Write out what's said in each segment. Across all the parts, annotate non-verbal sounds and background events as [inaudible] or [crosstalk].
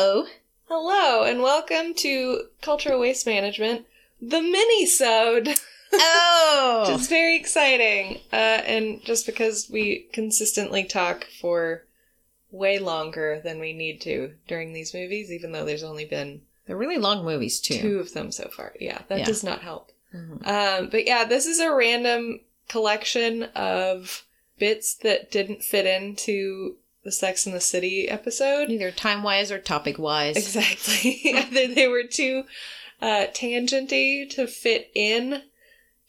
Oh, Hello and welcome to Cultural Waste Management, the mini-sode, Oh. which is very exciting. Uh, and just because we consistently talk for way longer than we need to during these movies, even though there's only been They're really long movies too. two of them so far. Yeah, that Yeah. does not help. Mhm. Um, but yeah, this is a random collection of bits that didn't fit into the Sex and the City episode. Either time wise or topic wise. [laughs] Exactly. Either they were too uh, tangenty to fit in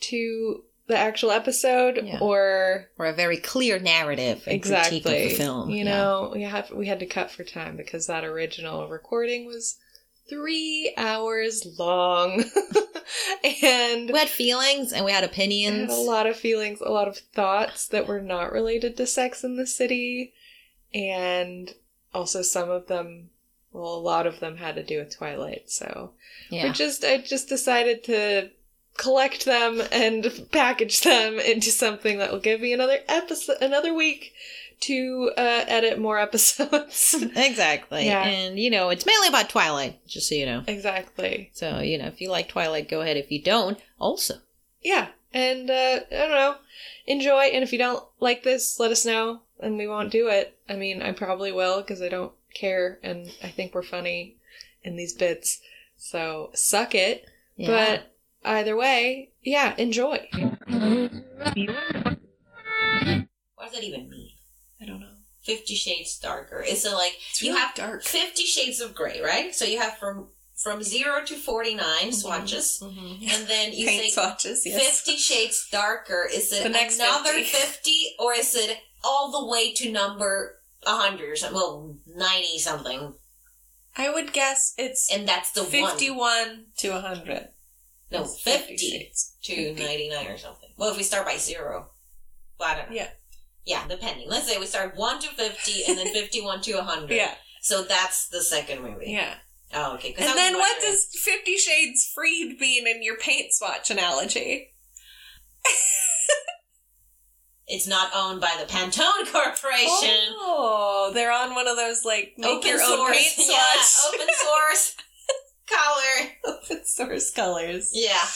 to the actual episode, Yeah. or Or a very clear narrative and exactly critique of the film. You Yeah. know, we have we had to cut for time because that original recording was three hours long, [laughs] and We had feelings and we had I had opinions. a lot of feelings, a lot of thoughts that were not related to Sex in the City, and also some of them, well, a lot of them had to do with Twilight. So Yeah. we just, I just decided to collect them and package them into something that will give me another episode, another week to uh, edit more [laughs] episodes. exactly. Yeah. And you know, it's mainly about Twilight, just so you know. exactly. So, you know, if you like Twilight, go ahead. If you don't, also. Yeah, and uh, I don't know. Enjoy, and if you don't like this, let us know, and we won't do it. I mean, I probably will because I don't care, and I think we're funny in these bits. So suck it. Yeah. But either way, yeah, enjoy. What does that even mean? I don't know. Fifty Shades Darker. It's a, like It's you really have dark. Fifty Shades of Gray, right? So you have from from zero to forty swatches, Mm-hmm. Mm-hmm. and then you Paint say swatches, Fifty Shades Darker. Is it The next another 50. fifty. or is it all the way to number hundred or something? Well, ninety something, I would guess it's and that's the one. 51 to 100. No, It's 50 fifty shades. to ninety nine or something. Well, if we start by zero, well, I don't know. Yeah. Yeah, depending. Let's say we start one to fifty, and then [laughs] fifty-one to hundred. Yeah, So that's the second movie. yeah. Oh, okay. 'cause I And was then what wondering. does Fifty Shades Freed mean in your paint swatch analogy? It's not owned by the Pantone [laughs] Corporation. Oh, they're on one of those like make open your source. [laughs] own paint Yeah, swatch, open [laughs] source color. open source colors. Yeah.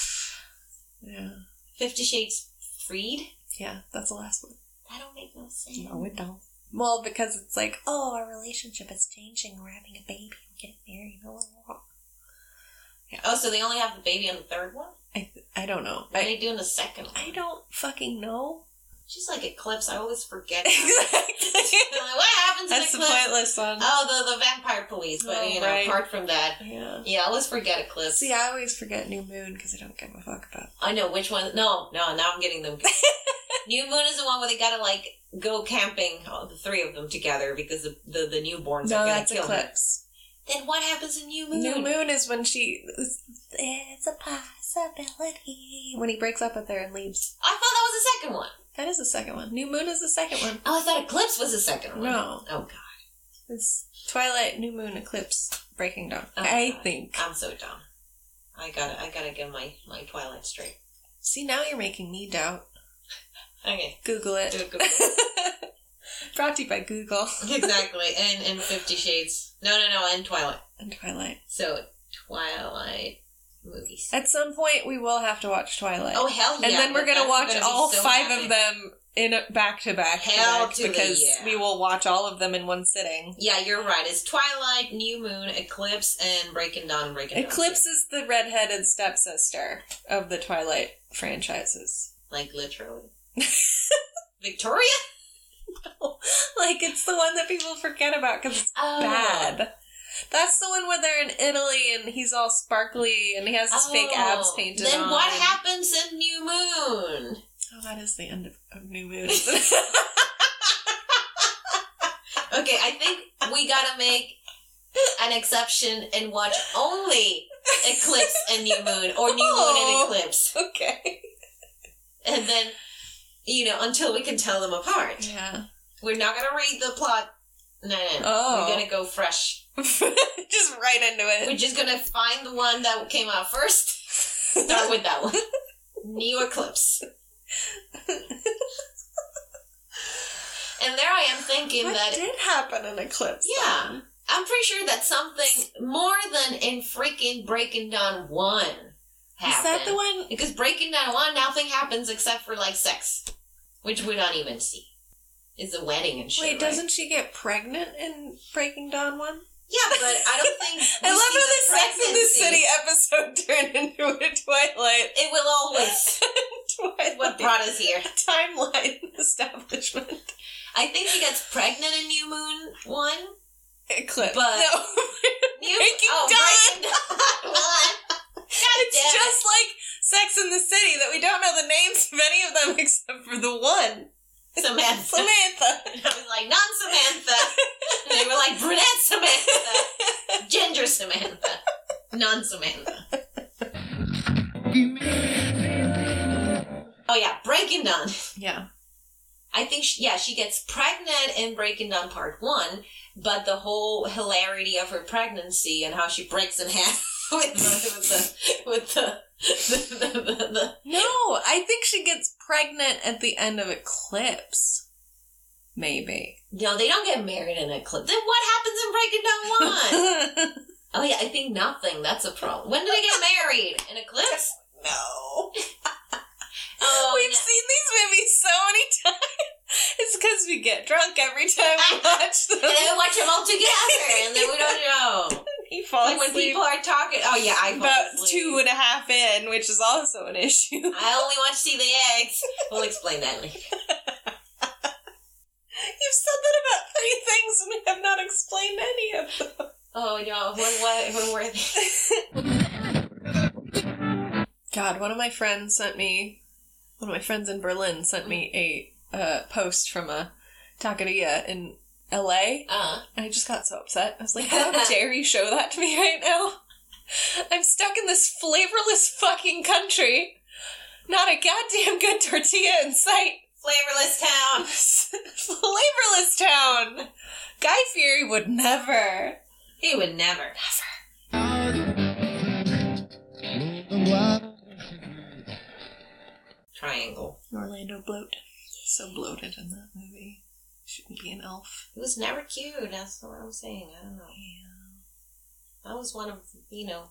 Yeah, Fifty Shades Freed. yeah. That's the last one. That don't make no sense. No, it don't. Well, because it's like, oh, our relationship is changing. We're having a baby. We're getting married. blah, blah, blah. Oh, so they only have the baby on the third one. I I don't know. What are I they doing the second one? I don't fucking know. She's like Eclipse. I [laughs] always forget. that. exactly. I'm like, what happens in [laughs] That's the Uh, Eclipse? pointless one. Oh, the the vampire police. But Oh, you know, right. apart from that, Yeah. yeah, I always forget Eclipse. See, I always forget New Moon because I don't give a fuck about. I know which one. No, no, now I'm [laughs] getting them. New Moon is the one where they gotta like go camping, all the three of them together, because the the, the newborns No, are gonna that's kill them. Eclipse. Then what happens in New Moon? New Moon is when she. It's a possibility when he breaks up with her and leaves. I thought that was the second one. That is the second one. New Moon is the second one. Oh, I thought Eclipse was the second one. No. Oh God, It's Twilight, New Moon, Eclipse, Breaking Dawn. Oh, I God. think. I'm so dumb. I gotta, I gotta get my my Twilight straight. See, now you're making me doubt. [laughs] Okay, Google do it. it Google. [laughs] Brought to you by Google exactly, and and Fifty Shades. No, no, no, and Twilight. and Twilight. So Twilight movies. At some point, we will have to watch Twilight. Oh hell yeah! and then we're but gonna I'm watch be all so five happy. of them in a back to back Hell to the because yeah. we will watch all of them in one sitting. Yeah, you're right. It's Twilight, New Moon, Eclipse, and Breaking Dawn. Breaking Dawn. Eclipse is the redheaded stepsister of the Twilight franchises. [laughs] like literally. Victoria. Like it's the one that people forget about because it's Oh. bad. That's the one where they're in Italy and he's all sparkly and he has his fake abs Oh. painted Then on. what happens in New Moon? Oh, that is the end of, of New Moon. Okay, I think we gotta make an exception and watch only Eclipse and New Moon, or New Oh. Moon and [laughs] Eclipse, okay. and then you know until we can tell them apart. Yeah. We're not gonna read the plot. No, no, no. Oh. We're gonna go fresh. [laughs] Just right into it. [laughs] We're just gonna find the one that came out first. Start with that one. New [laughs] Eclipse. and there I am thinking what that did happen in Eclipse? Yeah. then? I'm pretty sure that something more than in freaking Breaking Dawn one happened. Is that the one? Because Breaking Down One, nothing happens except for like sex, which we don't even see. It's a wedding and shit. Wait, right? doesn't she get pregnant in Breaking Dawn one? Yeah, but I don't think. [laughs] we I love see how the Sex in the pregnancy. City episode [laughs] turned into a Twilight It will [laughs] always. Twilight what brought us [laughs] here? timeline [laughs] establishment I think she gets pregnant in New Moon One. clip. But- [laughs] no, New Breaking oh, Breaking Dawn One. [laughs] it's damn it. just like Sex in the City that we don't know the names of any of them [laughs] except for the [laughs] one Samantha. Samantha. I was like non Samantha. They were like brunette Samantha, ginger Samantha, non Samantha. Oh yeah, Breaking Dawn. Yeah, I think she, yeah, she gets pregnant in Breaking Down Part One, but the whole hilarity of her pregnancy and how she breaks in half with the with the with the, the, the, the, the no, I think she gets pregnant at the end of Eclipse. Maybe. no, they don't get married in Eclipse. Then what happens in Breaking Down One? [laughs] no. oh yeah, I think nothing. That's a problem. When do they get married in Eclipse? Oh, [laughs] We've no. seen these movies so many [laughs] times. It's because we get drunk every time [laughs] we watch them. and then we watch them all together, and then we don't know. He falls Like when asleep people are talking. Oh yeah, I fall about asleep. two and a half in, which is also an issue. [laughs] I only want to see the eggs. We'll explain that later. You've said that about three things and we have not explained any of them. Oh no! When what? When were they? [laughs] God, one of my friends sent me, one of my friends in Berlin sent me a uh, post from a taqueria in LA, Uh, and I just got so upset. I was like, [laughs] how dare you show that to me right now? I'm stuck in this flavorless fucking country. Not a goddamn good tortilla in sight. [laughs] flavorless town. Flavorless town. Guy Fieri would never. He would never. Triangle. Orlando bloat. So bloated in that movie. Shouldn't be an elf. He was never cute. That's what I'm saying. I don't know. That was one of you know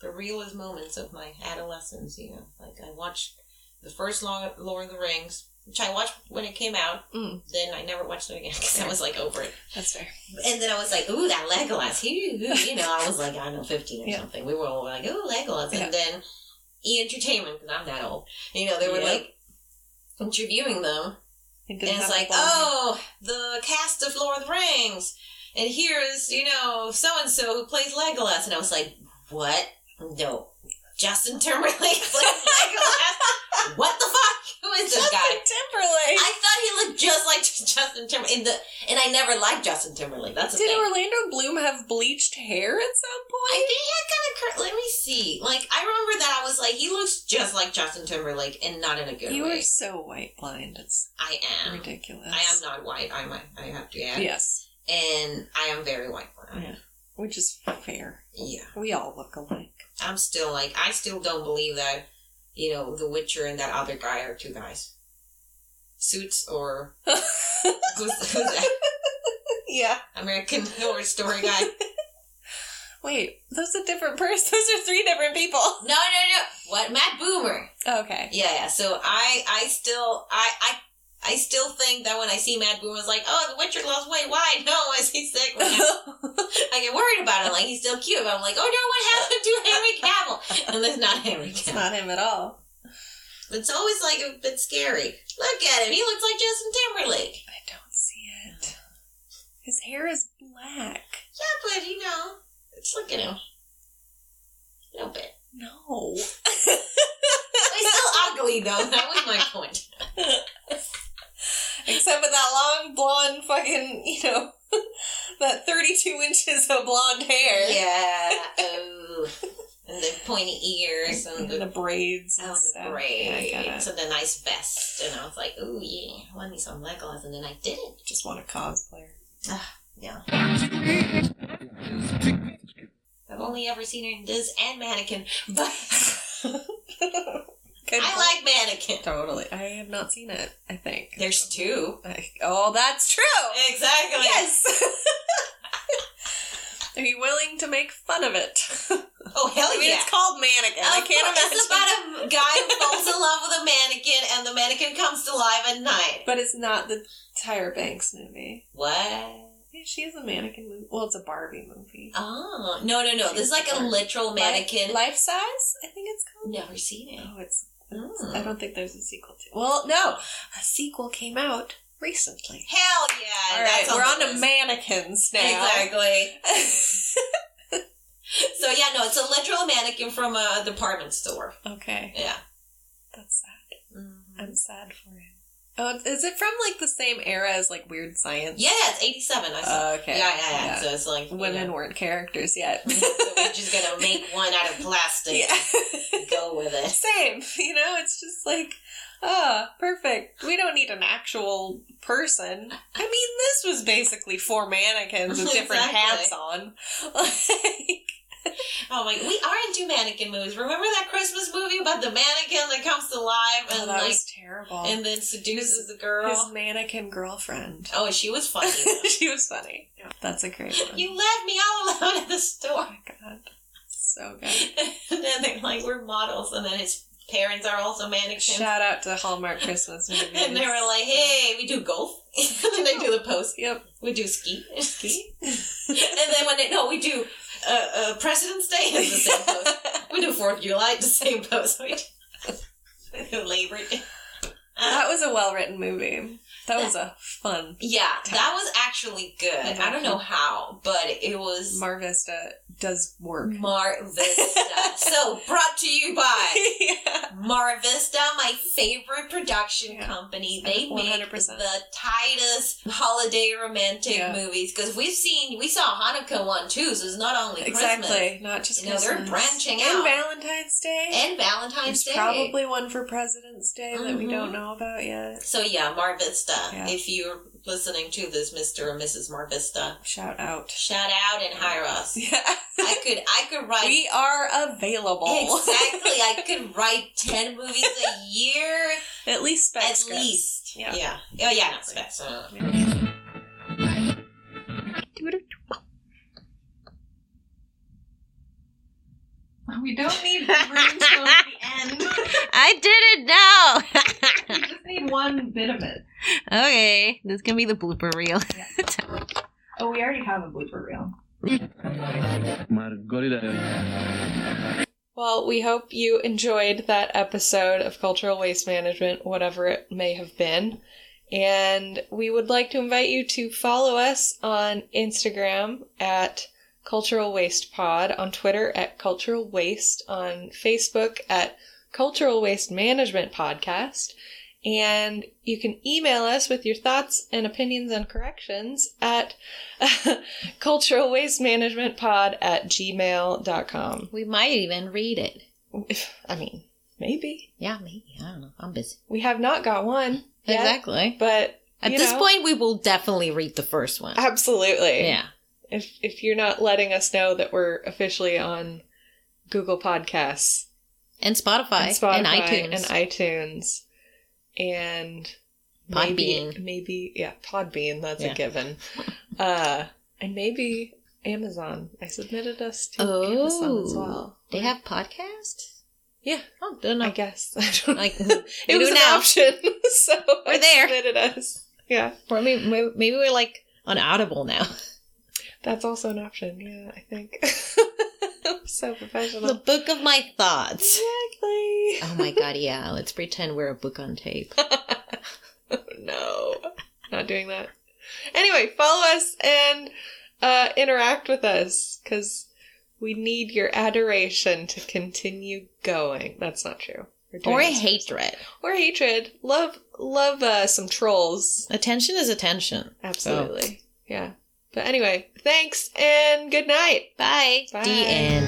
the realest moments of my adolescence. You know, like I watched the first Lo- Lord of the Rings, which I watched when it came out. Mm. Then I never watched it again [laughs] because I was like [laughs] over it. That's fair. And then I was like, ooh, that Legolas. [laughs] He, he- you know, I was like, I don't know, 15 or Yeah. something. We were all like, ooh, Legolas. Yeah. And then E Entertainment, because I'm that old, you know, they were Yeah. like interviewing them. It And didn't it's have a like, blonde hair. oh, the cast of Lord of the Rings. And here's, you know, so and so who plays Legolas. And I was like, what? No. Justin Timberlake [laughs] plays Legolas? what the fuck? Who is this guy? Timberlake. I thought he looked just like [laughs] Justin Timberlake. And, the, and I never liked Justin Timberlake. That's the Did thing. Orlando Bloom have bleached hair at some I point? think he had kind of. Cur- Let me see. Like I remember that I was like, he looks just like Justin Timberlake, and not in a good you way. are so white blind. It's I am. ridiculous. I am not white. I'm. a- I have to add. Yes, And I am very white. Yeah. Yeah. which is fair. yeah. We all look alike. [laughs] I'm still like. I still don't believe that. You know, The Witcher and that other guy are two guys. Suits or who's, who's that? yeah. American Horror Story guy? Wait, those are different persons. [laughs] Those are three different people. No, no, no. What Matt Boomer? Okay. Yeah, yeah. So I, I still, I, I, I still think that when I see Matt Boone, it's like, oh, The Witcher lost weight. Why? [laughs] No, is he sick? I get worried about it. Like he's still cute, but I'm like, oh no, what happened to Henry Cavill? And that's not Henry it's [laughs] Cavill. not him at all. It's always like a bit scary. Look at him. He looks like Justin Timberlake. I don't see it. His hair is black. Yeah, but you know, it's look at him. A [laughs] little bit. No. He's still ugly though. That was my [laughs] point. Except for that long blonde fucking, you know, [laughs] that 32 inches of blonde hair. Yeah. [laughs] Oh. And the pointy ears and And the the braids and Oh, stuff. the braids Yeah, I gotta- and the nice vest. And I was like, ooh, yeah, I want me some Legolas. And then I didn't. just want a cosplayer. Yeah. I've only ever seen her in this and Mannequin. [laughs] But [laughs] Good point. I like Mannequin. Totally. I have not seen it, I think. There's two. I- oh, that's true! Exactly. Yes! [laughs] Are you willing to make fun of it? [laughs] Oh hell I mean, yeah! it's called mannequin. I Of can't course, imagine. It's about a guy who falls in love with a mannequin, and the mannequin comes to life at night. but it's not the Tyra Banks movie. What? Yeah, she is a mannequin movie. Well, it's a Barbie movie. Oh no no no! This is like a literal Life, mannequin. life size? I think it's called. Never seen it. Oh, it's. Mm. I don't think there's a sequel to. Well, no, a sequel came out recently. Hell yeah! All right, that's we're on to list. mannequins now. Exactly. [laughs] [laughs] So yeah, no, it's a literal mannequin from a department store. okay, Yeah. that's sad. I'm sad for him. Oh, is it from like the same era as like Weird Science? Uh, Yeah, it's eighty-seven. I saw. Okay. Yeah, yeah, yeah, Yeah. So it's like you Women [laughs] know, weren't characters [laughs] yet. [laughs] so we're just gonna make one out of plastic. yeah. and Go with it. Same. You know, it's just like, oh, perfect. We don't need an actual person. I mean, this was basically four mannequins with different Exactly. hats on. [laughs] Like, Oh my! We are into mannequin movies. Remember that Christmas movie about the mannequin that comes to life oh, and that like was terrible. and then seduces the girl? His mannequin girlfriend. oh, [laughs] she was [laughs] funny. though. she was funny. That's a great one. you left me all alone at the oh store. [laughs] my god. So good. and then they're like, "We're models," and then his parents are also mannequins. Shout out to Hallmark Christmas movies. [laughs] and they were like, "Hey, we do golf. [laughs] and they do the post. Yep. We do ski, ski, [laughs] and then when they no, we do uh, uh, President's Day is the same [laughs] post. We do Fourth of July it's the same post. [laughs] We do Labor Day. [laughs] That was a well written movie. That was a fun. Yeah, that was actually good. I Mm-hmm. don't know how, but it was Mar Vista does work. Mar Vista. so brought to you by [laughs] yeah. Mar Vista, my favorite production Yeah. company. They make 100%. the tightest holiday romantic Yeah. movies because we've seen we saw Hanukkah one too. So it's not only Exactly. Christmas. Not just You know, they're Christmas. branching and out. Valentine's Day. and Valentine's There's Day. probably one for President's Day that we Mhm. don't know about yet. so yeah, Mar Vista. Yeah. If you're listening to this, Mister and Mrs. Mar Vista, Shout out. [laughs] shout out and hire us. Yeah. I could, I could write we are available. [laughs] exactly. I could write ten movies a year [laughs] At least spec at scripts. least. Yeah. Yeah. yeah. Oh yeah, not specs. uh, We don't need room till the end. I did it now. We just need one bit of it. okay, this is gonna be the blooper reel. Oh, we already have a blooper reel. Margarita. Well, we hope you enjoyed that episode of Cultural Waste Management, whatever it may have been. And we would like to invite you to follow us on Instagram at Cultural Waste Pod, on Twitter at Cultural Waste, on Facebook at Cultural Waste Management Podcast. And you can email us with your thoughts and opinions and corrections at [laughs] cultural waste management pod at gmail.com. We might even read it. I mean, maybe. Yeah, maybe. I don't know. I'm busy. We have not got one yet, Exactly. but At you this know, point, we will definitely read the first one. absolutely. yeah. If if you're not letting us know that we're officially on Google Podcasts And Spotify. and Spotify And iTunes. and iTunes and maybe Podbean. maybe yeah Podbean that's Yeah. a [laughs] given, uh, and maybe Amazon. I submitted us to Amazon as Oh. well. They have podcasts? Yeah. Oh, don't I know. guess [laughs] I don't [laughs] Like, it we was do an now. option, [laughs] so We're I there. submitted us. Yeah. Or maybe, maybe- maybe we're like on Audible [laughs] now. That's also an option, yeah, I think. [laughs] so the professional. book of my thoughts. Exactly. Oh my god, yeah. Let's pretend we're a book on [laughs] tape. no. Not doing that. Anyway, follow us and uh, interact with us because we need your adoration to continue going. That's not true. We're doing or this- hatred. or hatred. Love, love uh, some trolls. Attention is attention. Oh. Absolutely. Yeah. But anyway, thanks and good night. Bye. Bye. The end.